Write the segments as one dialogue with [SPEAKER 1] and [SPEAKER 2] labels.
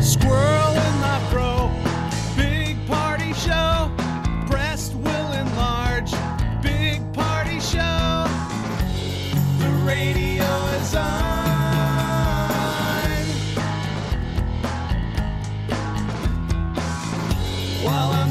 [SPEAKER 1] Squirrel in the fro, big party show. Breast will enlarge, big party show. The radio is on. While I'm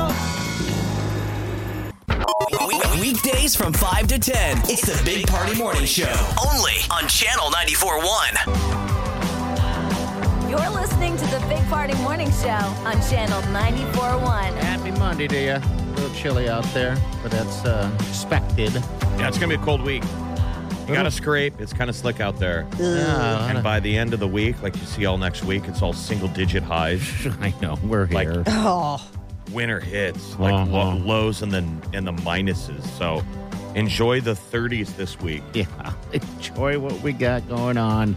[SPEAKER 2] Weekdays from 5 to 10. It's the Big Party Morning Show. Only on Channel 94.1.
[SPEAKER 3] You're listening to the Big Party Morning Show on Channel 94.1.
[SPEAKER 4] Happy Monday to you. A little chilly out there, but that's uh, expected.
[SPEAKER 5] Yeah, it's gonna be a cold week. You
[SPEAKER 4] Mm-hmm.
[SPEAKER 5] gotta scrape. It's kind of slick out there.
[SPEAKER 4] Uh,
[SPEAKER 5] And by the end of the week, like you see all next week, it's all single digit highs.
[SPEAKER 4] I know we're
[SPEAKER 5] Like-
[SPEAKER 4] here.
[SPEAKER 5] Winter hits, like
[SPEAKER 4] Uh-huh.
[SPEAKER 5] lo- lows and then and the minuses. So enjoy the 30s this week.
[SPEAKER 4] yeah, enjoy what we got going on.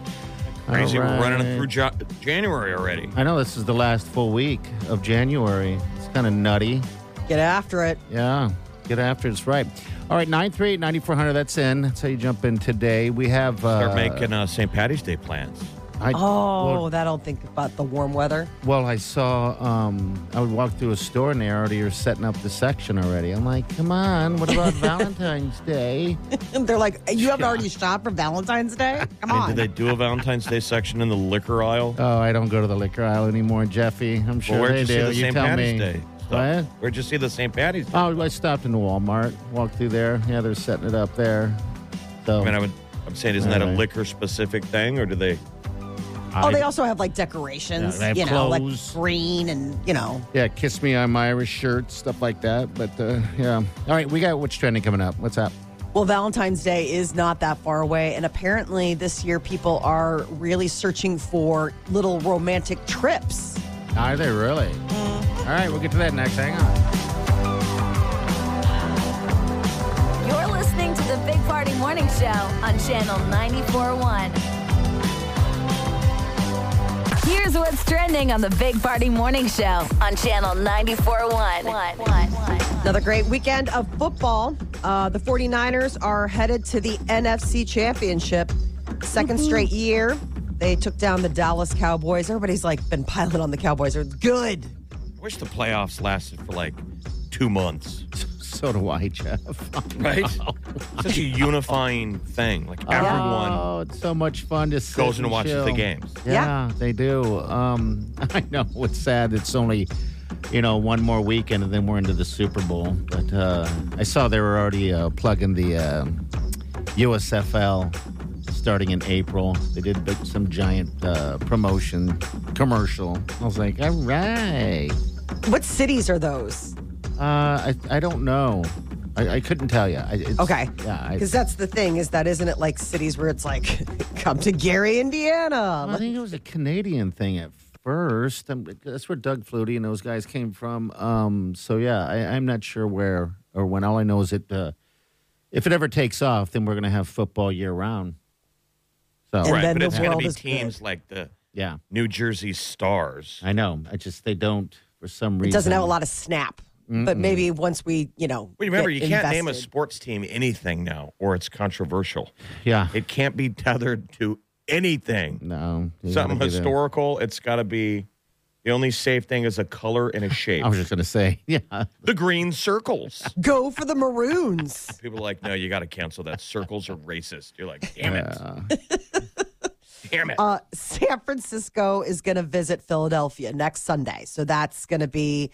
[SPEAKER 5] Crazy,
[SPEAKER 4] All
[SPEAKER 5] we're running
[SPEAKER 4] right.
[SPEAKER 5] through Ja- January already.
[SPEAKER 4] I know this is the last full week of January. It's kind of nutty.
[SPEAKER 6] Get after it.
[SPEAKER 4] Yeah, get after it. It's right. All right, 938 9400. That's in. That's how you jump in today. We have. Uh,
[SPEAKER 5] Start making uh, St. Patty's Day plans.
[SPEAKER 4] I,
[SPEAKER 6] Oh,
[SPEAKER 4] Well,
[SPEAKER 6] that'll think about the warm weather.
[SPEAKER 4] well, I saw. Um, I would walk through a store and they already are setting up the section already. I'm like, come on, what about Valentine's Day?
[SPEAKER 6] And they're like, you haven't already shopped for Valentine's Day? Come
[SPEAKER 5] Hey,
[SPEAKER 6] on.
[SPEAKER 5] did they do a Valentine's Day section in the liquor aisle?
[SPEAKER 4] Oh, I don't go to the liquor aisle anymore, Jeffy. I'm sure
[SPEAKER 5] well, where'd
[SPEAKER 4] they
[SPEAKER 5] you see
[SPEAKER 4] do.
[SPEAKER 5] the
[SPEAKER 4] you
[SPEAKER 5] St.
[SPEAKER 4] tell
[SPEAKER 5] Patty's
[SPEAKER 4] me.
[SPEAKER 5] Day? stuff?
[SPEAKER 4] What?
[SPEAKER 5] Where'd you see the St. Patty's Day?
[SPEAKER 4] Oh, I stopped into Walmart, walked through there. Yeah, they're setting it up there. So
[SPEAKER 5] I mean, I would, I'm saying, isn't that a
[SPEAKER 4] Alright.
[SPEAKER 5] liquor specific thing, or do they?
[SPEAKER 6] oh, they also have like decorations,
[SPEAKER 4] Yeah, they have
[SPEAKER 6] you know,
[SPEAKER 4] clothes.
[SPEAKER 6] like green and, you know.
[SPEAKER 4] yeah, kiss me, I'm Irish shirt, stuff like that. But uh, yeah, all right, we got what's trending coming up. What's up?
[SPEAKER 6] Well, Valentine's Day is not that far away. And apparently this year, people are really searching for little romantic trips.
[SPEAKER 4] Are they really?
[SPEAKER 6] Mm-hmm.
[SPEAKER 4] All right, we'll get to that next. Hang on.
[SPEAKER 3] You're listening to the Big Party Morning Show on Channel 94.1. Here's what's trending on the Big Party Morning Show on Channel 94.1.
[SPEAKER 6] Another great weekend of football. Uh, the 49ers are headed to the NFC Championship. 2nd straight year. They took down the Dallas Cowboys. Everybody's like been piling on the Cowboys. They're good.
[SPEAKER 5] I wish the playoffs lasted for like two months,
[SPEAKER 4] So do I, Jeff.
[SPEAKER 5] right? Such a unifying thing. Like everyone
[SPEAKER 4] Oh, it's so much fun to sit
[SPEAKER 5] goes and watches
[SPEAKER 4] chill.
[SPEAKER 5] the games.
[SPEAKER 4] Yeah, they do. Um, I know it's sad. It's only, you know, one more weekend, and then we're into the Super Bowl. But uh, I saw they were already uh, plugging the um USFL starting in April. They did the- some giant uh, promotion commercial. I was like, all right.
[SPEAKER 6] What cities are those?
[SPEAKER 4] Uh, I I don't know. I, I couldn't tell you. I, it's,
[SPEAKER 6] Okay.
[SPEAKER 4] Yeah. I,
[SPEAKER 6] Because that's the thing is that isn't it like cities where it's like, come to Gary, Indiana.
[SPEAKER 4] Well, I think it was a Canadian thing at first. Um, that's where Doug Flutie and those guys came from. Um, so yeah, I, I'm not sure where or when. All I know is it. Uh, if it ever takes off, then we're gonna have football year round. So
[SPEAKER 6] And
[SPEAKER 5] right,
[SPEAKER 6] then
[SPEAKER 5] but
[SPEAKER 6] the
[SPEAKER 5] it's going to
[SPEAKER 6] world
[SPEAKER 5] be
[SPEAKER 6] is good.
[SPEAKER 5] teams like the
[SPEAKER 4] yeah,
[SPEAKER 5] New Jersey Stars.
[SPEAKER 4] I know. I just they don't for some reason.
[SPEAKER 6] It doesn't have a lot of snap. But maybe once we, you know,
[SPEAKER 5] Well, remember, you
[SPEAKER 6] get
[SPEAKER 5] can't name a
[SPEAKER 6] invested.
[SPEAKER 5] sports team anything now, or it's controversial.
[SPEAKER 4] Yeah.
[SPEAKER 5] It can't be tethered to anything.
[SPEAKER 4] no. you gotta
[SPEAKER 5] Something
[SPEAKER 4] be there.
[SPEAKER 5] historical. It's got to be The only safe thing is a color and a shape.
[SPEAKER 4] I was just going to say, yeah.
[SPEAKER 5] the green circles.
[SPEAKER 6] Go for the maroons.
[SPEAKER 5] People are like, no, you got to cancel that. Circles are racist. You're like, damn it,
[SPEAKER 4] Uh,
[SPEAKER 5] damn it.
[SPEAKER 6] Uh, San Francisco is going to visit Philadelphia next Sunday, so that's going to be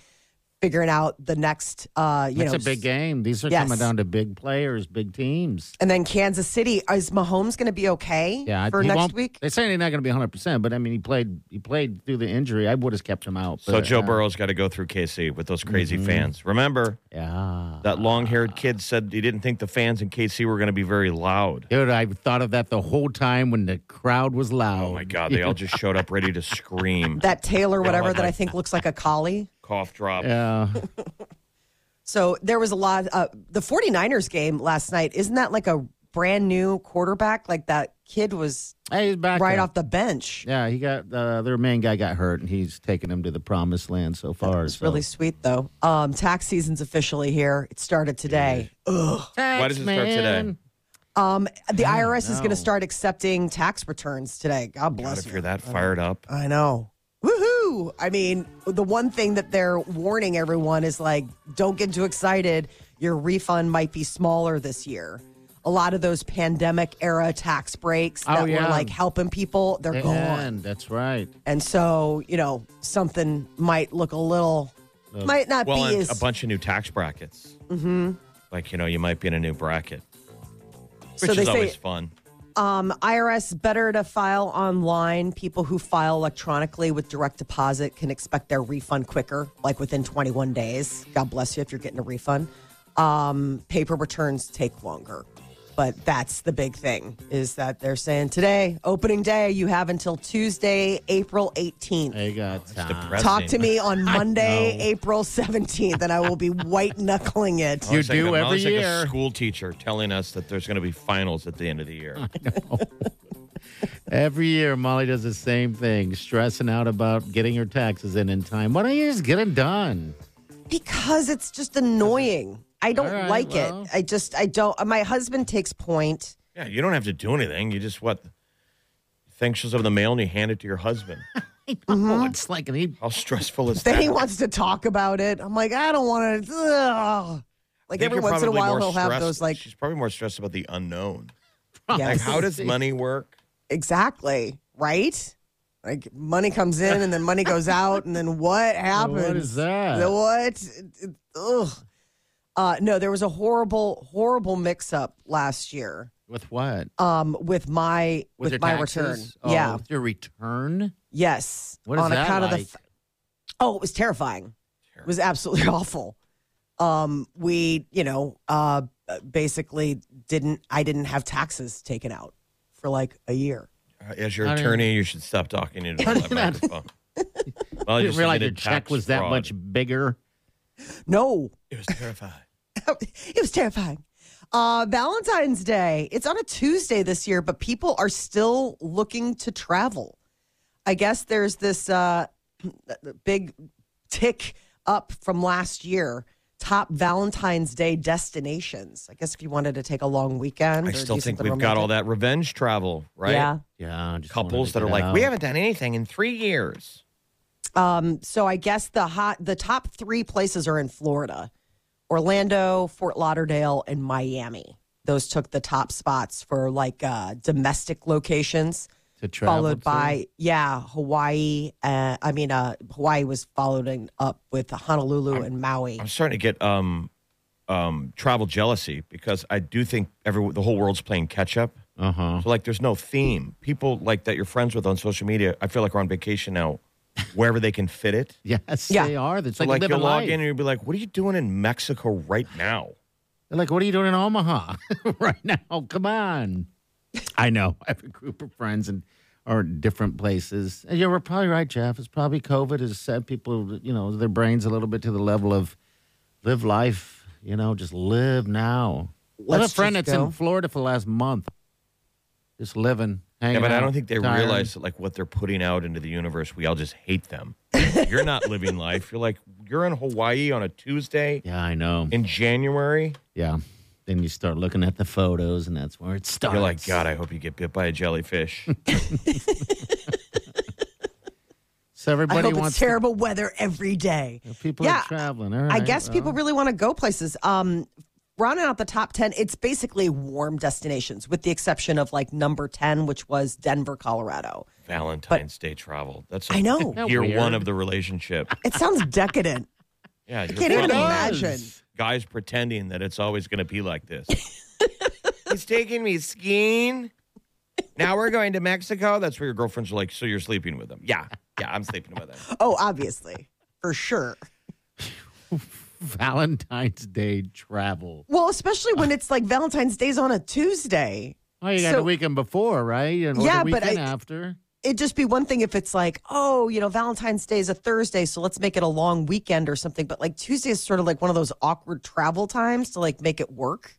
[SPEAKER 6] figuring out the next. Uh, you
[SPEAKER 4] it's
[SPEAKER 6] know,
[SPEAKER 4] a big game. These are
[SPEAKER 6] Yes.
[SPEAKER 4] coming down to big players, big teams.
[SPEAKER 6] And then Kansas City is Mahomes going to be okay
[SPEAKER 4] Yeah, I-
[SPEAKER 6] for
[SPEAKER 4] he
[SPEAKER 6] next
[SPEAKER 4] won't-
[SPEAKER 6] week?
[SPEAKER 4] They say he's not going to be 100, percent but I mean, he played. He played through the injury. I would have kept him out.
[SPEAKER 5] so
[SPEAKER 4] but,
[SPEAKER 5] Joe
[SPEAKER 4] uh,
[SPEAKER 5] Burrow's got to go through KC with those crazy
[SPEAKER 6] Mm-hmm.
[SPEAKER 5] fans. Remember
[SPEAKER 4] Yeah,
[SPEAKER 5] that long-haired kid said he didn't think the fans in KC were going to be very loud.
[SPEAKER 4] dude, I thought of that the whole time when the crowd was loud.
[SPEAKER 5] Oh my God, they all just showed up ready to scream.
[SPEAKER 6] That Taylor, whatever
[SPEAKER 5] like
[SPEAKER 6] that I
[SPEAKER 5] my-
[SPEAKER 6] think looks like a collie.
[SPEAKER 5] Cough drop.
[SPEAKER 4] Yeah,
[SPEAKER 6] So there was a lot. Uh, the 49ers game last night, isn't that like a brand new quarterback? Like that kid was
[SPEAKER 4] hey, he's back
[SPEAKER 6] right
[SPEAKER 4] there.
[SPEAKER 6] off the bench.
[SPEAKER 4] Yeah, he got uh, their main guy got hurt, and he's taken him to the promised land so far.
[SPEAKER 6] It's
[SPEAKER 4] so.
[SPEAKER 6] really sweet, though. Um, tax season's officially here. It started today.
[SPEAKER 5] Why does it start today?
[SPEAKER 4] Man.
[SPEAKER 6] Um, the IRS is going to start accepting tax returns today. God
[SPEAKER 5] God,
[SPEAKER 6] bless
[SPEAKER 5] if you're
[SPEAKER 6] you.
[SPEAKER 5] that fired up,
[SPEAKER 6] I know. Woohoo! I mean, the one thing that they're warning everyone is like, don't get too excited. Your refund might be smaller this year. A lot of those pandemic era tax breaks
[SPEAKER 4] Oh,
[SPEAKER 6] that were
[SPEAKER 4] yeah.
[SPEAKER 6] like helping people, they're gone.
[SPEAKER 4] And that's right.
[SPEAKER 6] And so, you know, something might look a little, might not
[SPEAKER 5] Uh, well,
[SPEAKER 6] be
[SPEAKER 5] and
[SPEAKER 6] as.
[SPEAKER 5] a bunch of new tax brackets. Mm-hmm. Like you know, you might be in a new bracket, which
[SPEAKER 6] So
[SPEAKER 5] is
[SPEAKER 6] they say-
[SPEAKER 5] always fun.
[SPEAKER 6] um, IRS better to file online. People who file electronically with direct deposit can expect their refund quicker, like within 21 days. God bless you if you're getting a refund. Um, paper returns take longer, but that's the big thing is that they're saying today, opening day, you have until Tuesday, April 18th.
[SPEAKER 4] They got
[SPEAKER 5] Oh,
[SPEAKER 4] time.
[SPEAKER 5] depressing.
[SPEAKER 6] Talk to me on Monday,
[SPEAKER 4] know.
[SPEAKER 6] April 17th, and I will be white knuckling it.
[SPEAKER 4] You
[SPEAKER 5] It's like
[SPEAKER 4] do
[SPEAKER 5] a-
[SPEAKER 4] every
[SPEAKER 5] it's like
[SPEAKER 4] year.
[SPEAKER 5] a school teacher telling us that there's going to be finals at the end of the year.
[SPEAKER 4] Every year, Molly does the same thing, stressing out about getting her taxes in in time. Why don't you just get it done?
[SPEAKER 6] Because it's just annoying. I don't
[SPEAKER 4] All right,
[SPEAKER 6] like
[SPEAKER 4] well.
[SPEAKER 6] it. I just, I don't. uh, My husband takes point.
[SPEAKER 5] yeah, you don't have to do anything. You just what? Thing shows up in the mail and you hand it to your husband.
[SPEAKER 6] Mm-hmm.
[SPEAKER 4] Oh, it's like an e-
[SPEAKER 5] How stressful is that?
[SPEAKER 6] Then he wants to talk about it. I'm like, I don't want to. Ugh.
[SPEAKER 5] I
[SPEAKER 6] Like
[SPEAKER 5] think
[SPEAKER 6] every
[SPEAKER 5] you're
[SPEAKER 6] once in a
[SPEAKER 5] probably
[SPEAKER 6] while,
[SPEAKER 5] more
[SPEAKER 6] he'll have
[SPEAKER 5] stressed-
[SPEAKER 6] those like,
[SPEAKER 5] She's probably more stressed about the unknown. Like,
[SPEAKER 6] yes,
[SPEAKER 5] how does money work?
[SPEAKER 6] exactly right. Like money comes in and then money goes out, and then what happens?
[SPEAKER 4] what is that?
[SPEAKER 6] The what? Ugh. Uh, no, there was a horrible, horrible mix-up last year
[SPEAKER 4] with what?
[SPEAKER 6] um, with my with,
[SPEAKER 4] your
[SPEAKER 6] my
[SPEAKER 4] taxes?
[SPEAKER 6] return.
[SPEAKER 4] Oh,
[SPEAKER 6] yeah,
[SPEAKER 4] with your return.
[SPEAKER 6] Yes.
[SPEAKER 4] What is
[SPEAKER 6] on
[SPEAKER 4] that
[SPEAKER 6] account
[SPEAKER 4] like?
[SPEAKER 6] of the f- Oh, it was terrifying. It was absolutely awful. Um we, you know, uh basically didn't I didn't have taxes taken out for like a year.
[SPEAKER 5] Uh, As your
[SPEAKER 4] I don't-
[SPEAKER 5] attorney, you should stop talking into that microphone. Well,
[SPEAKER 4] I didn't realize
[SPEAKER 5] just
[SPEAKER 4] your
[SPEAKER 5] admitted
[SPEAKER 4] check
[SPEAKER 5] tax
[SPEAKER 4] was that
[SPEAKER 5] fraud.
[SPEAKER 4] much bigger.
[SPEAKER 6] No.
[SPEAKER 5] It was terrifying.
[SPEAKER 6] it was terrifying. Uh Valentine's Day. It's on a Tuesday this year, but people are still looking to travel. I guess there's this uh big tick up from last year. Top Valentine's Day destinations. I guess if you wanted to take a long weekend,
[SPEAKER 5] I
[SPEAKER 6] or
[SPEAKER 5] still
[SPEAKER 6] do
[SPEAKER 5] think
[SPEAKER 6] something
[SPEAKER 5] we've got all
[SPEAKER 6] romantic.
[SPEAKER 5] that revenge travel, right?
[SPEAKER 6] Yeah.
[SPEAKER 4] Yeah, I just wanted
[SPEAKER 5] Couples
[SPEAKER 4] to
[SPEAKER 5] that
[SPEAKER 4] get
[SPEAKER 5] are
[SPEAKER 4] it
[SPEAKER 5] like,
[SPEAKER 4] out.
[SPEAKER 5] we haven't done anything in three years.
[SPEAKER 6] Um, so I guess the hot, the top three places are in Florida: Orlando, Fort Lauderdale, and Miami. Those took the top spots for like uh, domestic locations.
[SPEAKER 4] to travel
[SPEAKER 6] followed
[SPEAKER 4] to?
[SPEAKER 6] by yeah hawaii uh, i mean uh, hawaii was following up with honolulu and maui
[SPEAKER 5] I'm starting to get um, um, travel jealousy because I do think every the whole world's playing catch up.
[SPEAKER 4] Uh huh.
[SPEAKER 5] So like, there's no theme. People like that you're friends with on social media. I feel like we're on vacation now, wherever they can fit it.
[SPEAKER 4] Yes,
[SPEAKER 6] Yeah.
[SPEAKER 4] they are. It's
[SPEAKER 5] So
[SPEAKER 4] like,
[SPEAKER 5] like,
[SPEAKER 4] living
[SPEAKER 5] you'll log
[SPEAKER 4] life.
[SPEAKER 5] in and you'll be like, "What are you doing in Mexico right now?"
[SPEAKER 4] They're like, what are you doing in Omaha right now? Come on. I know. I have a group of friends and are in different places. And Uh, yeah, we're probably right, Jeff. It's probably COVID has set people, you know, their brains a little bit to the level of live life, you know, just live now. I have a
[SPEAKER 6] Let's
[SPEAKER 4] friend
[SPEAKER 6] just
[SPEAKER 4] that's
[SPEAKER 6] go.
[SPEAKER 4] in Florida for the last month, just living, hanging
[SPEAKER 5] Yeah, but I
[SPEAKER 4] out,
[SPEAKER 5] don't think they
[SPEAKER 4] tired.
[SPEAKER 5] realize that like what they're putting out into the universe. We all just hate them. you're not living life. You're like you're in Hawaii on a Tuesday
[SPEAKER 4] Yeah, I know.
[SPEAKER 5] in January.
[SPEAKER 4] Yeah. Then you start looking at the photos, and that's where it starts.
[SPEAKER 5] You're like, God, I hope you get bit by a jellyfish.
[SPEAKER 4] So everybody
[SPEAKER 6] I hope
[SPEAKER 4] wants
[SPEAKER 6] it's
[SPEAKER 4] to-
[SPEAKER 6] terrible weather every day.
[SPEAKER 4] people are traveling. All
[SPEAKER 6] I
[SPEAKER 4] right,
[SPEAKER 6] guess people
[SPEAKER 4] well.
[SPEAKER 6] really want to go places. Um, rounding out the top 10, it's basically warm destinations, with the exception of like number 10, which was Denver, Colorado.
[SPEAKER 5] Valentine's Day travel. That's
[SPEAKER 6] I know.
[SPEAKER 4] How
[SPEAKER 5] year
[SPEAKER 4] weird.
[SPEAKER 5] one of the relationship.
[SPEAKER 6] It sounds decadent.
[SPEAKER 5] Yeah, you're
[SPEAKER 6] can't even
[SPEAKER 5] fucking
[SPEAKER 6] imagine.
[SPEAKER 5] guys pretending that it's always going to be like this. He's taking me skiing. Now we're going to Mexico. That's where your girlfriends are like, so you're sleeping with them? Yeah, yeah, I'm sleeping with them.
[SPEAKER 6] Oh, obviously, for sure.
[SPEAKER 4] Valentine's Day travel.
[SPEAKER 6] Well, especially when it's like Valentine's Day's on a Tuesday.
[SPEAKER 4] Oh, you got
[SPEAKER 6] So-
[SPEAKER 4] the weekend before, right? And or
[SPEAKER 6] Yeah,
[SPEAKER 4] the
[SPEAKER 6] but I-
[SPEAKER 4] weekend after.
[SPEAKER 6] It'd just be one thing if it's like, oh, you know, Valentine's Day is a Thursday, so let's make it a long weekend or something. But like Tuesday is sort of like one of those awkward travel times to like make it work.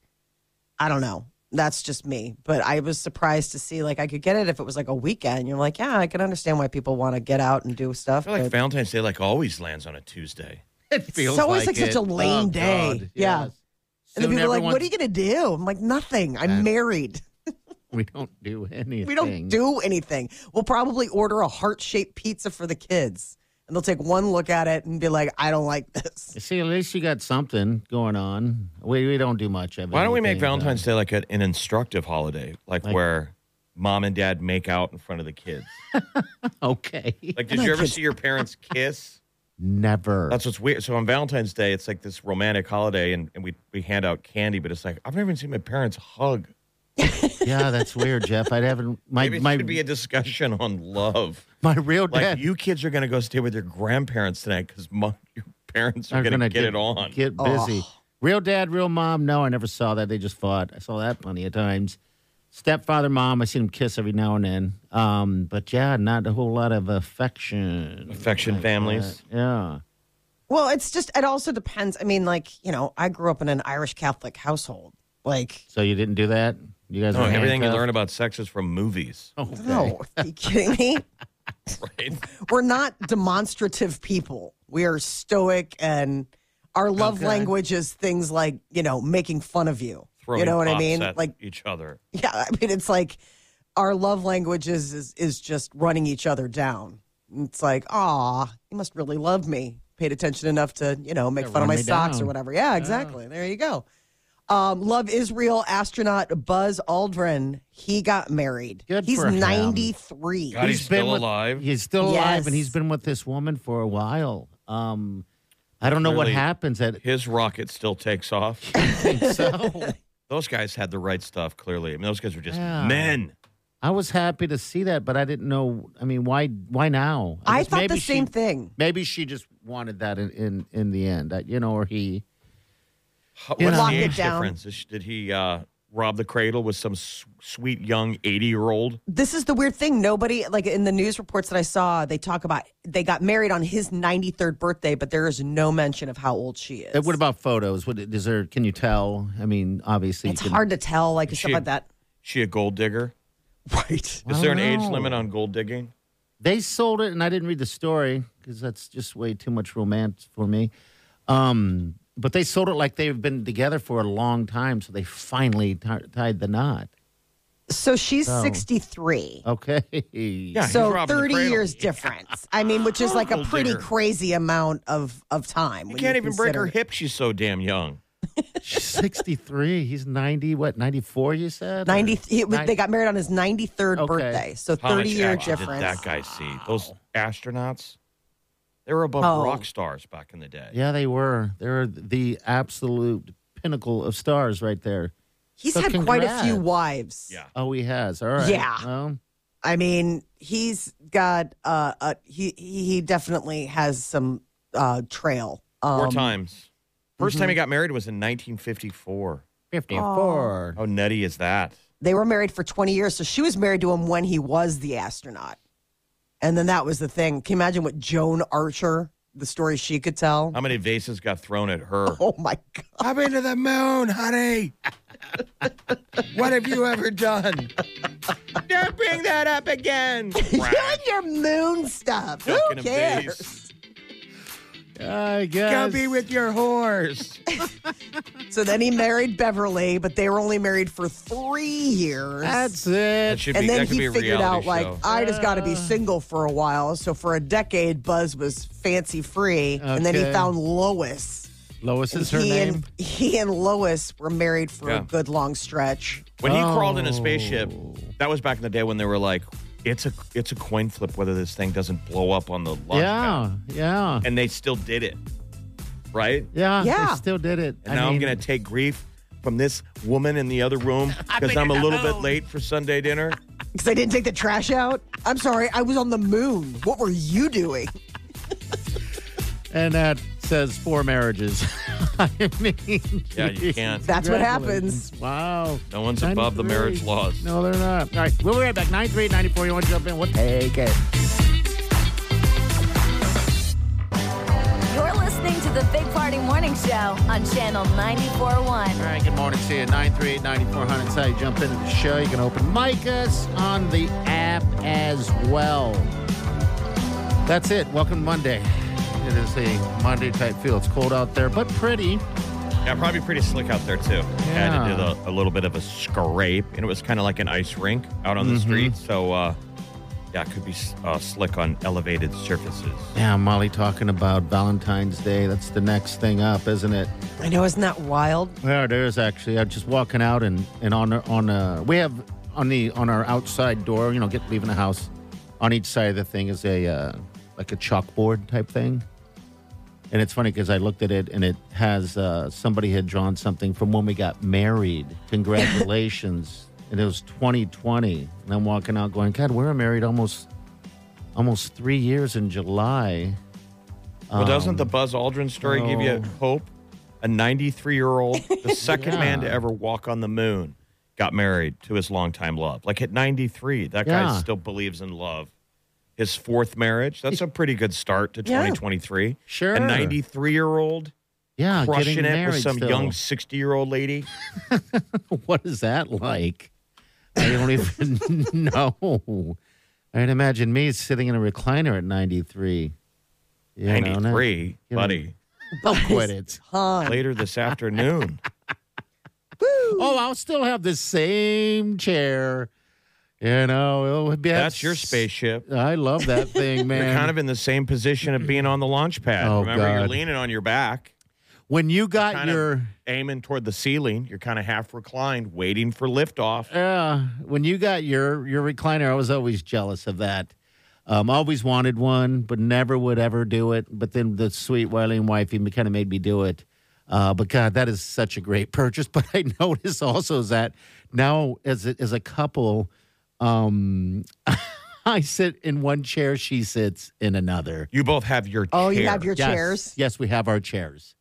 [SPEAKER 6] I don't know. That's just me. But I was surprised to see like I could get it if it was like a weekend. You're like, yeah, I can understand why people want to get out and do
[SPEAKER 5] I
[SPEAKER 6] stuff.
[SPEAKER 5] feel like
[SPEAKER 6] but-
[SPEAKER 5] Valentine's Day like always lands on a Tuesday.
[SPEAKER 4] It feels
[SPEAKER 6] always like such
[SPEAKER 4] it.
[SPEAKER 6] a lame
[SPEAKER 4] Oh,
[SPEAKER 6] day.
[SPEAKER 4] God,
[SPEAKER 6] Yeah.
[SPEAKER 4] yes.
[SPEAKER 6] and then
[SPEAKER 4] Soon
[SPEAKER 6] people are like, what are
[SPEAKER 4] everyone's-
[SPEAKER 6] you gonna do? I'm like, nothing. I'm
[SPEAKER 4] Yeah.
[SPEAKER 6] married.
[SPEAKER 4] We don't do anything.
[SPEAKER 6] We don't do anything. We'll probably order a heart shaped pizza for the kids. And they'll take one look at it and be like, I don't like this.
[SPEAKER 4] See, at least you got something going on. We, we don't do much of it.
[SPEAKER 5] Why don't we make Valentine's Day like a, an instructive holiday, like, where mom and dad make out in front of the kids?
[SPEAKER 4] Okay.
[SPEAKER 5] Like, did you ever see your parents kiss?
[SPEAKER 4] Never.
[SPEAKER 5] That's what's weird. So on Valentine's Day, it's like this romantic holiday, and, and we we hand out candy, but it's like I've never even seen my parents hug.
[SPEAKER 4] yeah, that's weird, Jeff. I haven't. My
[SPEAKER 5] Maybe it
[SPEAKER 4] my
[SPEAKER 5] should be a discussion on love.
[SPEAKER 4] my real
[SPEAKER 5] Like
[SPEAKER 4] dad.
[SPEAKER 5] you kids are going to go stay with your grandparents tonight because your parents are
[SPEAKER 4] are
[SPEAKER 5] going to
[SPEAKER 4] gonna
[SPEAKER 5] get it on.
[SPEAKER 4] Get busy. Real dad, real mom. No, I never saw that. They just fought. I saw that plenty of times. Stepfather, mom. I see them kiss every now and then. Um, but yeah, not a whole lot of affection.
[SPEAKER 5] Affection
[SPEAKER 4] like
[SPEAKER 5] families.
[SPEAKER 4] that. Yeah.
[SPEAKER 6] Well, it's just, it also depends. I mean, like, you know, I grew up in an Irish Catholic household. Like,
[SPEAKER 4] So you didn't do that. You guys.
[SPEAKER 5] No,
[SPEAKER 4] were
[SPEAKER 5] everything you learn
[SPEAKER 4] handcuffed?
[SPEAKER 5] about sex is from movies.
[SPEAKER 4] Okay.
[SPEAKER 6] no, are you kidding me?
[SPEAKER 5] Right?
[SPEAKER 6] We're not demonstrative people. We are stoic and our love language is things like, you know, making fun of you. you know what I
[SPEAKER 5] pops
[SPEAKER 6] mean?
[SPEAKER 5] at
[SPEAKER 6] Like,
[SPEAKER 5] each other.
[SPEAKER 6] yeah, I mean, it's like our love language is is, is just running each other down. And It's like, ah, you must really love me. Paid attention enough to you know make
[SPEAKER 4] Yeah,
[SPEAKER 6] fun of
[SPEAKER 4] run
[SPEAKER 6] my
[SPEAKER 4] me
[SPEAKER 6] socks
[SPEAKER 4] down.
[SPEAKER 6] or whatever. Yeah, exactly. There you go. Um, love Israel astronaut Buzz Aldrin. He got married.
[SPEAKER 4] Good
[SPEAKER 6] He's
[SPEAKER 4] for him.
[SPEAKER 6] 93.
[SPEAKER 5] God, he's,
[SPEAKER 4] been
[SPEAKER 5] still
[SPEAKER 4] with-
[SPEAKER 5] alive.
[SPEAKER 4] He's still alive, and
[SPEAKER 6] Yes.
[SPEAKER 4] he's been with this woman for a while. Um, I don't know
[SPEAKER 5] Clearly-
[SPEAKER 4] what happens at
[SPEAKER 5] His rocket still takes off.
[SPEAKER 4] so.
[SPEAKER 5] those guys had the right stuff. Clearly, I mean, those guys were just
[SPEAKER 4] Yeah.
[SPEAKER 5] men.
[SPEAKER 4] I was happy to see that, but I didn't know. I mean, why? Why now?
[SPEAKER 6] I
[SPEAKER 4] guess
[SPEAKER 6] thought
[SPEAKER 4] maybe
[SPEAKER 6] the same
[SPEAKER 4] she-
[SPEAKER 6] thing.
[SPEAKER 4] Maybe she just wanted that in in, in the end, I, you know, or he.
[SPEAKER 5] How,
[SPEAKER 4] You know.
[SPEAKER 5] what's the
[SPEAKER 6] Lock it
[SPEAKER 5] age
[SPEAKER 6] down.
[SPEAKER 5] difference? Is- Did he uh, rob the cradle with some s- sweet young eighty-year-old?
[SPEAKER 6] This is the weird thing. Nobody like in the news reports that I saw, they talk about they got married on his 93rd birthday, but there is no mention of how old she is.
[SPEAKER 4] Uh, What about photos? What is there? Can you tell? I mean, obviously,
[SPEAKER 6] It's
[SPEAKER 4] you can,
[SPEAKER 6] hard to tell, like stuff
[SPEAKER 5] She-
[SPEAKER 6] like that.
[SPEAKER 5] She a gold digger?
[SPEAKER 6] Right.
[SPEAKER 5] Is
[SPEAKER 4] I
[SPEAKER 5] there an
[SPEAKER 4] don't
[SPEAKER 5] age
[SPEAKER 6] Oh.
[SPEAKER 4] know.
[SPEAKER 5] limit on gold digging?
[SPEAKER 4] They sold it, and I didn't read the story because that's just way too much romance for me. Um, but they sold it like they've been together for a long time, so they finally ti tied the knot.
[SPEAKER 6] So she's 63.
[SPEAKER 4] Okay.
[SPEAKER 5] Oh. Yeah, he's
[SPEAKER 6] So
[SPEAKER 5] robbing the
[SPEAKER 6] 30
[SPEAKER 5] cradle.
[SPEAKER 6] years difference. I mean, which is like a
[SPEAKER 5] Hurdle
[SPEAKER 6] pretty
[SPEAKER 5] digger.
[SPEAKER 6] crazy amount of of time.
[SPEAKER 5] You can't even break her hip. She's so damn young.
[SPEAKER 4] She's 63. He's 90, what, 94, you said? Or-
[SPEAKER 6] 90 he-
[SPEAKER 4] Nin-
[SPEAKER 6] they got married on his 93rd
[SPEAKER 4] Okay.
[SPEAKER 6] birthday. So
[SPEAKER 5] How
[SPEAKER 6] 30
[SPEAKER 5] much
[SPEAKER 6] year
[SPEAKER 5] action did
[SPEAKER 6] difference.
[SPEAKER 5] that guy see? Those astronauts, they were above
[SPEAKER 6] Oh.
[SPEAKER 5] rock stars back in the day.
[SPEAKER 4] Yeah, they were. They were the absolute pinnacle of stars right there.
[SPEAKER 6] He's
[SPEAKER 4] So
[SPEAKER 6] had quite a
[SPEAKER 4] congrats.
[SPEAKER 6] few wives.
[SPEAKER 5] Yeah.
[SPEAKER 4] Oh, he has. All right.
[SPEAKER 6] Yeah.
[SPEAKER 4] Well,
[SPEAKER 6] I mean, he's got uh, uh he he he definitely has some uh trail. Um, mm-hmm.
[SPEAKER 5] Four times. 1st time he got married was in 1954.
[SPEAKER 4] 54.
[SPEAKER 5] How nutty is that?
[SPEAKER 6] they were married for 20 years so she was married to him when he was the astronaut and then that was the thing can you imagine what joan archer the story she could tell
[SPEAKER 5] How many vases got thrown at her?
[SPEAKER 6] oh my god
[SPEAKER 5] I've been to the moon, honey. what have you ever done? Don't bring that up again.
[SPEAKER 6] You're in your moon stuff who
[SPEAKER 5] Duck in a
[SPEAKER 6] cares
[SPEAKER 5] vase.
[SPEAKER 4] Oh. I guess.
[SPEAKER 5] your horse.
[SPEAKER 6] So then he married Beverly, but they were only married for three years.
[SPEAKER 4] That's it.
[SPEAKER 5] That should be,
[SPEAKER 6] and then
[SPEAKER 5] that could be
[SPEAKER 6] he
[SPEAKER 5] a
[SPEAKER 6] figured out,
[SPEAKER 5] reality
[SPEAKER 6] like,
[SPEAKER 5] show.
[SPEAKER 6] I just got to be single for a while. So for a decade, Buzz was fancy free. And then he
[SPEAKER 4] Okay.
[SPEAKER 6] found Lois.
[SPEAKER 4] Lois is her
[SPEAKER 6] he
[SPEAKER 4] name.
[SPEAKER 6] And, he and Lois were married for
[SPEAKER 5] Yeah.
[SPEAKER 6] a good long stretch.
[SPEAKER 5] When he crawled in a spaceship,
[SPEAKER 4] Oh.
[SPEAKER 5] that was back in the day when they were like, it's a it's a coin flip whether this thing doesn't blow up on the launch pad.
[SPEAKER 4] yeah, yeah,
[SPEAKER 5] And they still did it, right?
[SPEAKER 4] yeah,
[SPEAKER 6] Yeah.
[SPEAKER 4] They still did it.
[SPEAKER 5] And now I'm
[SPEAKER 4] mean,
[SPEAKER 5] going to take grief from this woman in the other room because I'm a little bit late for Sunday dinner.
[SPEAKER 6] Because I didn't take the trash out. I'm sorry. I was on the moon. What were you doing?
[SPEAKER 4] And that says four marriages. I mean,
[SPEAKER 5] Yeah, you can't.
[SPEAKER 6] That's what
[SPEAKER 4] Congratulations.
[SPEAKER 6] happens.
[SPEAKER 4] Wow.
[SPEAKER 5] No one's above the
[SPEAKER 4] 93.
[SPEAKER 5] marriage laws.
[SPEAKER 4] No, they're not. All right, we'll be right back. 93, 94, you want to jump in? We'll take it.
[SPEAKER 3] You're listening to the Big Party Morning Show on Channel 941.
[SPEAKER 4] All right, good morning to you. 938 9400. That's how you jump into the show. You can open mic us on the app as well. That's it. Welcome Monday. It is a Monday type feel. It's cold out there, but pretty.
[SPEAKER 5] Yeah, probably pretty slick out there too.
[SPEAKER 4] Yeah.
[SPEAKER 5] I did a, a little bit of a scrape, and it was kind of like an ice rink out on the
[SPEAKER 4] Mm-hmm.
[SPEAKER 5] street. So, uh, yeah, it could be s- uh, slick on elevated surfaces.
[SPEAKER 4] Yeah, Molly talking about Valentine's Day. That's the next thing up, isn't it?
[SPEAKER 6] I know. Isn't that wild?
[SPEAKER 4] There it is. Actually, I'm just walking out and and on on uh, we have on the on our outside door. You know, get leaving the house. On each side of the thing is a uh, like a chalkboard type thing. And it's funny because I looked at it and it has uh, somebody had drawn something from when we got married. Congratulations. and it was 2020. And I'm walking out going, God, we were married almost almost three years in July.
[SPEAKER 5] well, doesn't the Buzz Aldrin story give you
[SPEAKER 4] Um, no.
[SPEAKER 5] hope? A 93 year old, the second man to
[SPEAKER 4] Yeah.
[SPEAKER 5] ever walk on the moon, got married to his longtime love. Like at 93, that guy
[SPEAKER 4] Yeah.
[SPEAKER 5] still believes in love. His fourth marriage, that's a pretty good start to
[SPEAKER 6] Yeah.
[SPEAKER 5] 2023.
[SPEAKER 4] Sure.
[SPEAKER 5] A 93 year old
[SPEAKER 4] Yeah,
[SPEAKER 5] crushing
[SPEAKER 4] getting
[SPEAKER 5] it
[SPEAKER 4] married
[SPEAKER 5] with some
[SPEAKER 4] still.
[SPEAKER 5] young 60 year old lady.
[SPEAKER 4] what is that like? I don't even know. I'd imagine me sitting in a recliner at 93. You know, not-
[SPEAKER 5] 93,
[SPEAKER 4] you know,
[SPEAKER 5] buddy.
[SPEAKER 4] I'll quit it.
[SPEAKER 6] Huh.
[SPEAKER 5] Later this afternoon.
[SPEAKER 4] Oh, I'll still have the same chair. You know, it'll be
[SPEAKER 5] That's your spaceship.
[SPEAKER 4] I love that thing, man.
[SPEAKER 5] You're kind of in the same position of being on the launch pad.
[SPEAKER 4] Oh,
[SPEAKER 5] Remember, you're
[SPEAKER 4] God. Uh,
[SPEAKER 5] leaning on your back,
[SPEAKER 4] when you got
[SPEAKER 5] kind of-
[SPEAKER 4] your
[SPEAKER 5] aiming toward the ceiling. You're kind of half reclined, waiting for liftoff.
[SPEAKER 4] Yeah, Uh, when you got your your recliner, I was always jealous of that. Um, always wanted one, but never would ever do it. But then the sweet Wiley and wifey kind of made me do it. Uh, but God, that is such a great purchase. But I notice also that now as a, as a couple, um, I sit in one chair, she sits in another.
[SPEAKER 5] You both have your
[SPEAKER 6] Oh,
[SPEAKER 5] chair.
[SPEAKER 6] you have your
[SPEAKER 4] Yes.
[SPEAKER 6] chairs.
[SPEAKER 4] Yes, we have our chairs.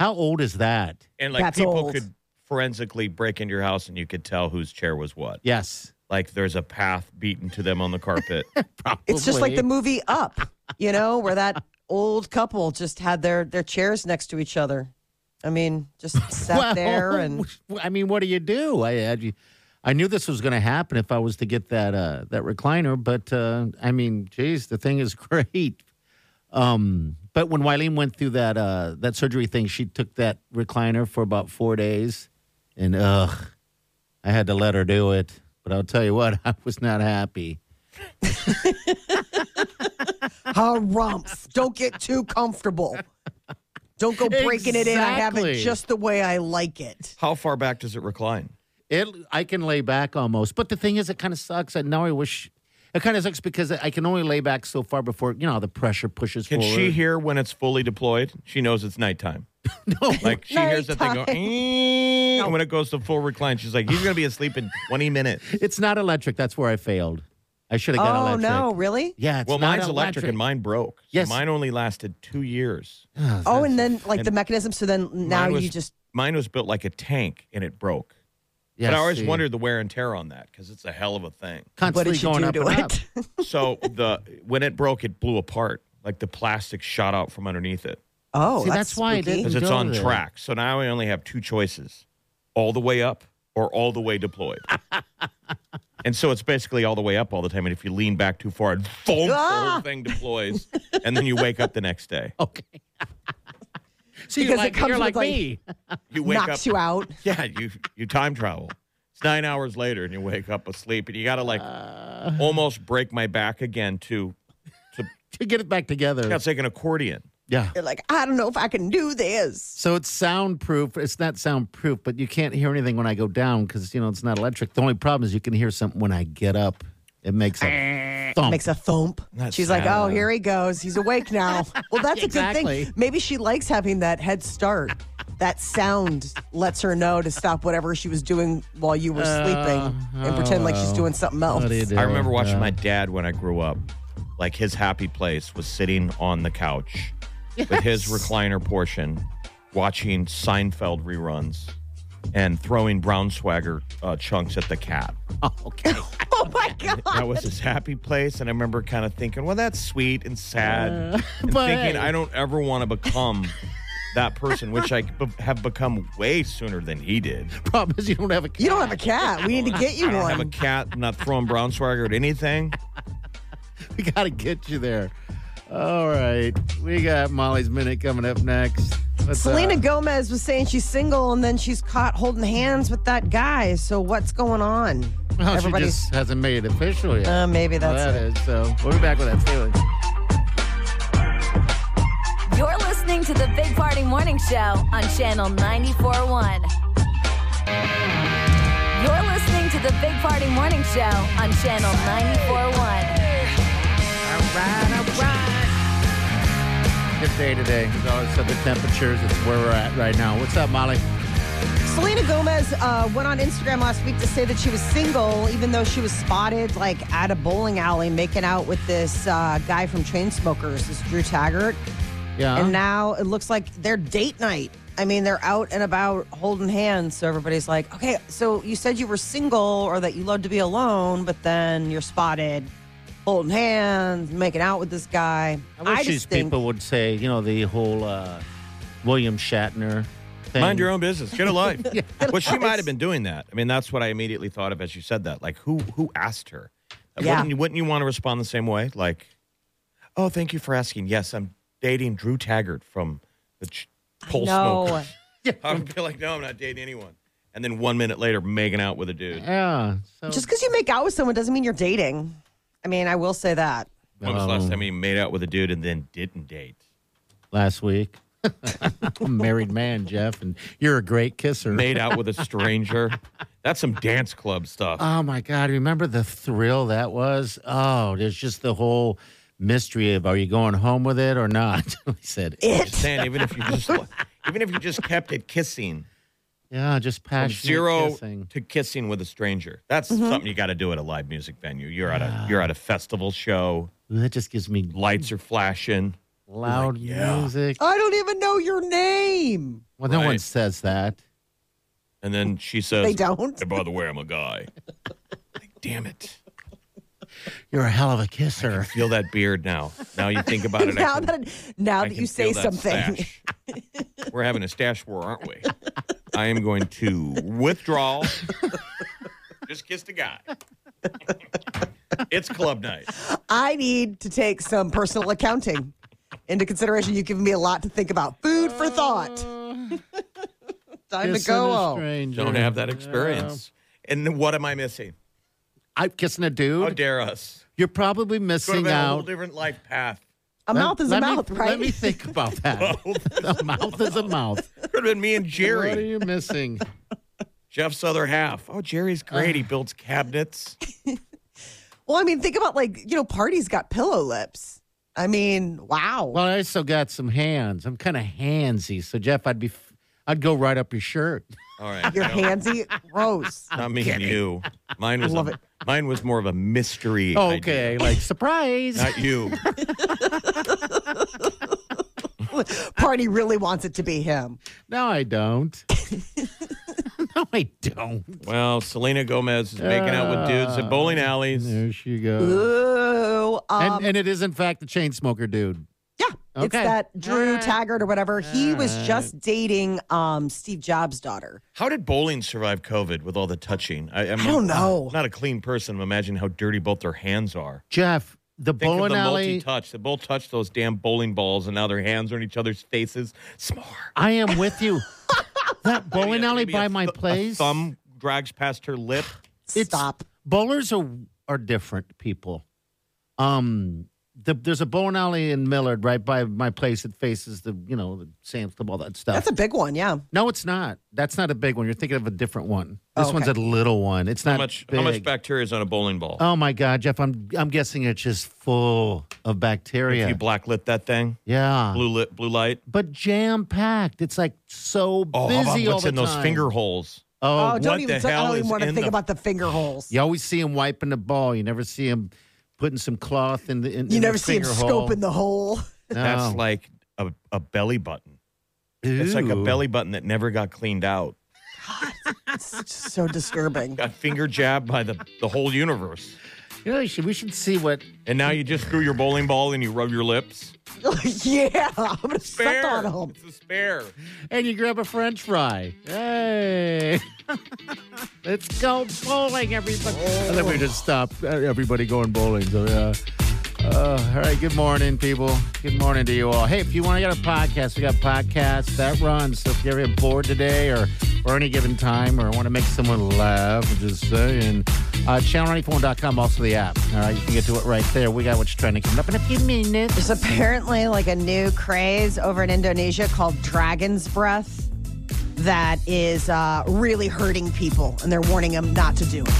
[SPEAKER 4] How old is that?
[SPEAKER 5] and like
[SPEAKER 6] That's
[SPEAKER 5] people
[SPEAKER 6] old.
[SPEAKER 5] could forensically break into your house and you could tell whose chair was what.
[SPEAKER 4] Yes,
[SPEAKER 5] Like there's a path beaten to them on the carpet.
[SPEAKER 4] probably.
[SPEAKER 6] It's just like the movie Up, you know, where that old couple just had their their chairs next to each other. I mean, just sat there and
[SPEAKER 4] I mean, what do you do? I I, I knew this was going to happen if I was to get that uh, that recliner, but uh, I mean, geez, the thing is great. Um, but when Wileen went through that uh, that surgery thing, she took that recliner for about four days, and ugh, I had to let her do it. But I'll tell you what, I was not happy.
[SPEAKER 6] harumph. Don't get too comfortable. Don't go breaking it in. I have it
[SPEAKER 4] Exactly.
[SPEAKER 6] just the way I like it.
[SPEAKER 5] How far back does it recline?
[SPEAKER 4] It I can lay back almost, but the thing is, it kind of sucks. And now I wish it kind of sucks because I can only lay back so far before you know the pressure pushes
[SPEAKER 5] Can
[SPEAKER 4] forward.
[SPEAKER 5] she hear when it's fully deployed? She knows it's nighttime.
[SPEAKER 4] No.
[SPEAKER 5] Like she hears the thing go, "Eh," and when it goes to full recline, she's like, "He's gonna be asleep in 20 minutes."
[SPEAKER 4] It's not electric. That's where I failed. I should have got
[SPEAKER 6] Oh
[SPEAKER 4] electric.
[SPEAKER 6] no, really?
[SPEAKER 4] Yeah, it's
[SPEAKER 5] well,
[SPEAKER 4] not
[SPEAKER 5] mine's electric. and mine broke. So
[SPEAKER 4] Yes.
[SPEAKER 5] mine only lasted two years.
[SPEAKER 6] Oh, and then like the
[SPEAKER 5] And
[SPEAKER 6] mechanism. So then now
[SPEAKER 5] mine was,
[SPEAKER 6] you just
[SPEAKER 5] mine was built like a tank and it broke.
[SPEAKER 4] Yeah,
[SPEAKER 5] but I always
[SPEAKER 4] see.
[SPEAKER 5] wondered the wear and tear on that because it's a hell of a thing.
[SPEAKER 6] what
[SPEAKER 4] Constantly
[SPEAKER 6] did you
[SPEAKER 4] going
[SPEAKER 6] do
[SPEAKER 4] up
[SPEAKER 6] to
[SPEAKER 4] and
[SPEAKER 6] it?
[SPEAKER 4] up.
[SPEAKER 5] So the when it broke, it blew apart. Like the plastic shot out from underneath it
[SPEAKER 6] Oh,
[SPEAKER 4] See,
[SPEAKER 6] that's,
[SPEAKER 4] that's why I
[SPEAKER 6] spooky.
[SPEAKER 4] didn't-
[SPEAKER 5] because it's
[SPEAKER 4] Go
[SPEAKER 5] on
[SPEAKER 4] there.
[SPEAKER 5] track. So now I only have two choices: all the way up or all the way deployed. and so it's basically all the way up all the time. And if you lean back too far, it boom, the whole
[SPEAKER 6] Ah!
[SPEAKER 5] thing deploys, and then you wake up the next day.
[SPEAKER 4] Okay. See, you're
[SPEAKER 6] Because it
[SPEAKER 4] like,
[SPEAKER 6] comes
[SPEAKER 4] you're
[SPEAKER 6] with,
[SPEAKER 4] like,
[SPEAKER 6] like-
[SPEAKER 4] me.
[SPEAKER 5] You wake
[SPEAKER 6] knocks
[SPEAKER 5] up.
[SPEAKER 6] you out.
[SPEAKER 5] Yeah, you you time travel. It's nine hours later, and you wake up asleep, and you got to like
[SPEAKER 6] Uh.
[SPEAKER 5] almost break my back again too.
[SPEAKER 4] to get it back together.
[SPEAKER 5] I got to take an accordion.
[SPEAKER 4] Yeah.
[SPEAKER 6] You're like, I don't know if I can do this.
[SPEAKER 4] So it's soundproof. It's not soundproof, but you can't hear anything when I go down because you know it's not electric. The only problem is you can hear something when I get up. It makes a thump.
[SPEAKER 6] Makes a thump.
[SPEAKER 5] That's
[SPEAKER 6] She's like,
[SPEAKER 5] sad.
[SPEAKER 6] oh, here he goes. He's awake now. Well, that's a good
[SPEAKER 4] Exactly.
[SPEAKER 6] thing. Maybe she likes having that head start. That sound lets her know to stop whatever she was doing while you were sleeping and pretend like
[SPEAKER 5] Oh.
[SPEAKER 6] she's doing something else.
[SPEAKER 4] What do you do?
[SPEAKER 5] I remember watching my dad when I grew up. Like his happy place was sitting on the couch with his recliner portion, watching Seinfeld reruns and throwing brown swagger uh, chunks at the cat.
[SPEAKER 4] Oh, okay.
[SPEAKER 6] Oh my God.
[SPEAKER 5] That was his happy place, and I remember kind of thinking, "Well, that's sweet and sad," and
[SPEAKER 4] but hey.
[SPEAKER 5] thinking, "I don't ever want to become that person," which I be- have become way sooner than he did.
[SPEAKER 4] Problem is you don't have a.
[SPEAKER 6] You don't have a cat. We need to get you
[SPEAKER 5] I don't
[SPEAKER 6] one.
[SPEAKER 5] have a cat. I'm not throwing brown swagger at anything.
[SPEAKER 4] We gotta get you there. All right, we got Molly's minute coming up next. What's
[SPEAKER 6] Selena
[SPEAKER 4] up?
[SPEAKER 6] Gomez was saying she's single and then she's caught holding hands with that guy. So what's going on?
[SPEAKER 4] Oh, she
[SPEAKER 6] Everybody's
[SPEAKER 4] just hasn't made it official yet.
[SPEAKER 6] uh, maybe that's
[SPEAKER 4] Well,
[SPEAKER 6] it.
[SPEAKER 4] that is. So we'll be back with that. Stay with us.
[SPEAKER 3] You're listening to the Big Party Morning Show on Channel 941. You're listening to the Big Party Morning Show on Channel 941.
[SPEAKER 4] Good day today. As always, so the temperatures. It's where we're at right now. What's up, Molly?
[SPEAKER 6] Selena Gomez uh, went on Instagram last week to say that she was single, even though she was spotted like at a bowling alley making out with this uh, guy from Chainsmokers, this Drew Taggart.
[SPEAKER 4] Yeah.
[SPEAKER 6] And now it looks like they're date night. I mean, they're out and about holding hands. So everybody's like, okay, so you said you were single or that you loved to be alone, but then you're spotted holding hands, making out with this guy.
[SPEAKER 4] I wish
[SPEAKER 6] just
[SPEAKER 4] these
[SPEAKER 6] think-
[SPEAKER 4] people would say, you know, the whole uh, William Shatner thing.
[SPEAKER 5] Mind your own business. Get a life. Well, she might have been doing that. I mean, that's what I immediately thought of as you said that. Like, who who asked her? Like,
[SPEAKER 6] Yeah.
[SPEAKER 5] Wouldn't, you, wouldn't you want to respond the same way? Like, oh, thank you for asking. Yes, I'm dating Drew Taggart from the Ch- Pole
[SPEAKER 6] No.
[SPEAKER 5] Smoker. I would be like, no, I'm not dating anyone. And then one minute later, making out with a dude.
[SPEAKER 4] Yeah. So
[SPEAKER 6] Just because you make out with someone doesn't mean you're dating. I mean, I will say that.
[SPEAKER 5] When was the last time you made out with a dude and then didn't date?
[SPEAKER 4] last week, I'm a married man, Jeff, and you're a great kisser.
[SPEAKER 5] Made out with a stranger? That's some dance club stuff.
[SPEAKER 4] Oh my God! Remember the thrill that was? Oh, there's just the whole mystery of are you going home with it or not? I said,
[SPEAKER 5] Just saying, even if you just even if you just kept it kissing.
[SPEAKER 4] yeah, just
[SPEAKER 5] from
[SPEAKER 4] passionate
[SPEAKER 5] zero
[SPEAKER 4] kissing. Mm-hmm.
[SPEAKER 5] to kissing with a stranger. That's something you got to do at a live music venue. You're at a you're at a festival show.
[SPEAKER 4] Ooh, That just gives me
[SPEAKER 5] Lights are flashing.
[SPEAKER 4] loud music.
[SPEAKER 6] I don't even know your name.
[SPEAKER 4] Well, no one
[SPEAKER 5] Right.
[SPEAKER 4] says that.
[SPEAKER 5] And then she says,
[SPEAKER 6] They don't.
[SPEAKER 5] "Hey, by the way, I'm a guy." like, damn it.
[SPEAKER 4] You're a hell of a kisser.
[SPEAKER 5] Feel that beard now. Now you think about it. I
[SPEAKER 6] now
[SPEAKER 5] can-
[SPEAKER 6] that now
[SPEAKER 5] I
[SPEAKER 6] that
[SPEAKER 5] can
[SPEAKER 6] you say
[SPEAKER 5] feel that
[SPEAKER 6] something,
[SPEAKER 5] stash. We're having a stash war, aren't we? I am going to withdraw. Just kiss the guy. it's club night.
[SPEAKER 6] I need to take some personal accounting into consideration. You've given me a lot to think about. Food for thought. Time to
[SPEAKER 4] Kissing
[SPEAKER 6] go
[SPEAKER 4] a
[SPEAKER 6] home.
[SPEAKER 4] stranger.
[SPEAKER 5] Don't have that experience. And what am I missing?
[SPEAKER 4] I'm kissing a
[SPEAKER 5] How
[SPEAKER 4] dude.
[SPEAKER 5] dare us?
[SPEAKER 4] You're probably
[SPEAKER 5] Could have
[SPEAKER 4] missing
[SPEAKER 5] been a whole
[SPEAKER 4] out.
[SPEAKER 5] different life path.
[SPEAKER 6] A
[SPEAKER 4] Let-
[SPEAKER 6] mouth is a
[SPEAKER 4] let me-
[SPEAKER 6] mouth, right?
[SPEAKER 4] Let me think about that. a mouth is a mouth.
[SPEAKER 5] Could have been me and
[SPEAKER 4] What are
[SPEAKER 5] Jerry,
[SPEAKER 4] you missing?
[SPEAKER 5] Jeff's other half. Oh, Jerry's great. He builds cabinets.
[SPEAKER 6] well, I mean, think about like you know, parties got pillow lips. I mean, wow.
[SPEAKER 4] Well, I also got some hands. I'm kind of handsy. So Jeff, I'd be, I'd go right up your shirt.
[SPEAKER 5] All right,
[SPEAKER 6] Your
[SPEAKER 5] no,
[SPEAKER 6] handsy, gross.
[SPEAKER 5] Not me and you. Mine was.
[SPEAKER 6] love
[SPEAKER 5] a-
[SPEAKER 6] it.
[SPEAKER 5] Mine was more of a mystery.
[SPEAKER 4] Okay,
[SPEAKER 5] idea.
[SPEAKER 4] like surprise.
[SPEAKER 5] Not you.
[SPEAKER 6] Party really wants it to be him.
[SPEAKER 4] no, I don't. no, I don't.
[SPEAKER 5] Well, Selena Gomez is making out with dudes at bowling alleys.
[SPEAKER 4] There she goes.
[SPEAKER 6] Ooh, um,
[SPEAKER 4] and, and it is in fact the chain smoker dude.
[SPEAKER 6] Yeah, it's
[SPEAKER 4] Okay.
[SPEAKER 6] that Drew
[SPEAKER 4] Alright.
[SPEAKER 6] Taggart or whatever. He was just dating um, Steve Jobs' daughter.
[SPEAKER 5] How did bowling survive COVID with all the touching? I, I'm
[SPEAKER 6] I don't know.
[SPEAKER 5] Not a clean person. Imagine how dirty both their hands are.
[SPEAKER 4] Jeff, the
[SPEAKER 5] Think
[SPEAKER 4] bowling
[SPEAKER 5] of the
[SPEAKER 4] alley.
[SPEAKER 5] multi-touch. They both touch those damn bowling balls, and now their hands are in each other's faces. Smart.
[SPEAKER 4] I am with you. that bowling alley
[SPEAKER 5] Maybe a
[SPEAKER 4] by my
[SPEAKER 5] th- a
[SPEAKER 4] place.
[SPEAKER 5] thumb drags past her lip.
[SPEAKER 4] It's-
[SPEAKER 6] Stop.
[SPEAKER 4] Bowlers are are different people. Um, the, there's a bowling alley in Millard right by my place that faces the you know the Sam's Club, all that stuff.
[SPEAKER 6] That's a big one, yeah.
[SPEAKER 4] no, it's not. That's not a big one. You're thinking of a different one.
[SPEAKER 6] Oh,
[SPEAKER 4] This one's a little one. It's not
[SPEAKER 5] How much?
[SPEAKER 4] Big.
[SPEAKER 5] How much bacteria is on a bowling ball?
[SPEAKER 4] Oh my God, Jeff! I'm I'm guessing it's just full of bacteria.
[SPEAKER 5] If you blacklit that thing,
[SPEAKER 4] yeah,
[SPEAKER 5] blue lit, blue light.
[SPEAKER 4] but jam packed. It's like so
[SPEAKER 5] Oh, how about
[SPEAKER 4] busy all
[SPEAKER 5] what's
[SPEAKER 4] the
[SPEAKER 5] in
[SPEAKER 4] time.
[SPEAKER 5] those finger holes?
[SPEAKER 4] Oh,
[SPEAKER 6] Oh, don't
[SPEAKER 5] what
[SPEAKER 6] even.
[SPEAKER 5] the
[SPEAKER 6] I
[SPEAKER 5] hell
[SPEAKER 6] don't even
[SPEAKER 5] is
[SPEAKER 6] want to
[SPEAKER 5] in
[SPEAKER 6] think
[SPEAKER 5] the-
[SPEAKER 6] about the finger holes.
[SPEAKER 4] you always see him wiping the ball. You never see him putting some cloth in the. In,
[SPEAKER 6] You
[SPEAKER 4] in
[SPEAKER 6] never
[SPEAKER 4] the
[SPEAKER 6] see him
[SPEAKER 4] finger hole.
[SPEAKER 6] scoping the hole.
[SPEAKER 4] No.
[SPEAKER 5] That's like a, a belly button. It's like a
[SPEAKER 4] Ooh.
[SPEAKER 5] belly button that never got cleaned out.
[SPEAKER 6] It's just so disturbing.
[SPEAKER 5] Got finger jabbed by the, the whole universe.
[SPEAKER 4] You know, we should, we should see what.
[SPEAKER 5] And now you just threw your bowling ball and you rub your lips.
[SPEAKER 6] yeah, I'm gonna suck on him.
[SPEAKER 5] It's a spare.
[SPEAKER 4] And you grab a French fry. Hey, let's go bowling, everybody. And then we just stop. uh, Everybody going bowling. So yeah. Uh, all right. Good morning, people. Good morning to you all. Hey, if you want to get a podcast, we got podcasts that run. So if you're bored today or or any given time or want to make someone laugh, I'm just saying, uh, channel94.com, also the app. All right, you can get to it right there. We got what's trending coming up in a few minutes.
[SPEAKER 6] There's apparently like a new craze over in Indonesia called dragon's breath that is uh, really hurting people, and they're warning them not to do it.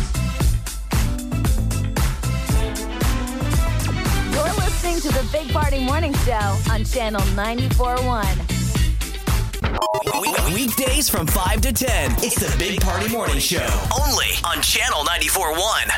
[SPEAKER 3] You're listening to the Big Party Morning Show on Channel 94.1.
[SPEAKER 2] We- Weekdays from 5 to 10. It's the Big Party Morning Show. Only on Channel 94.1.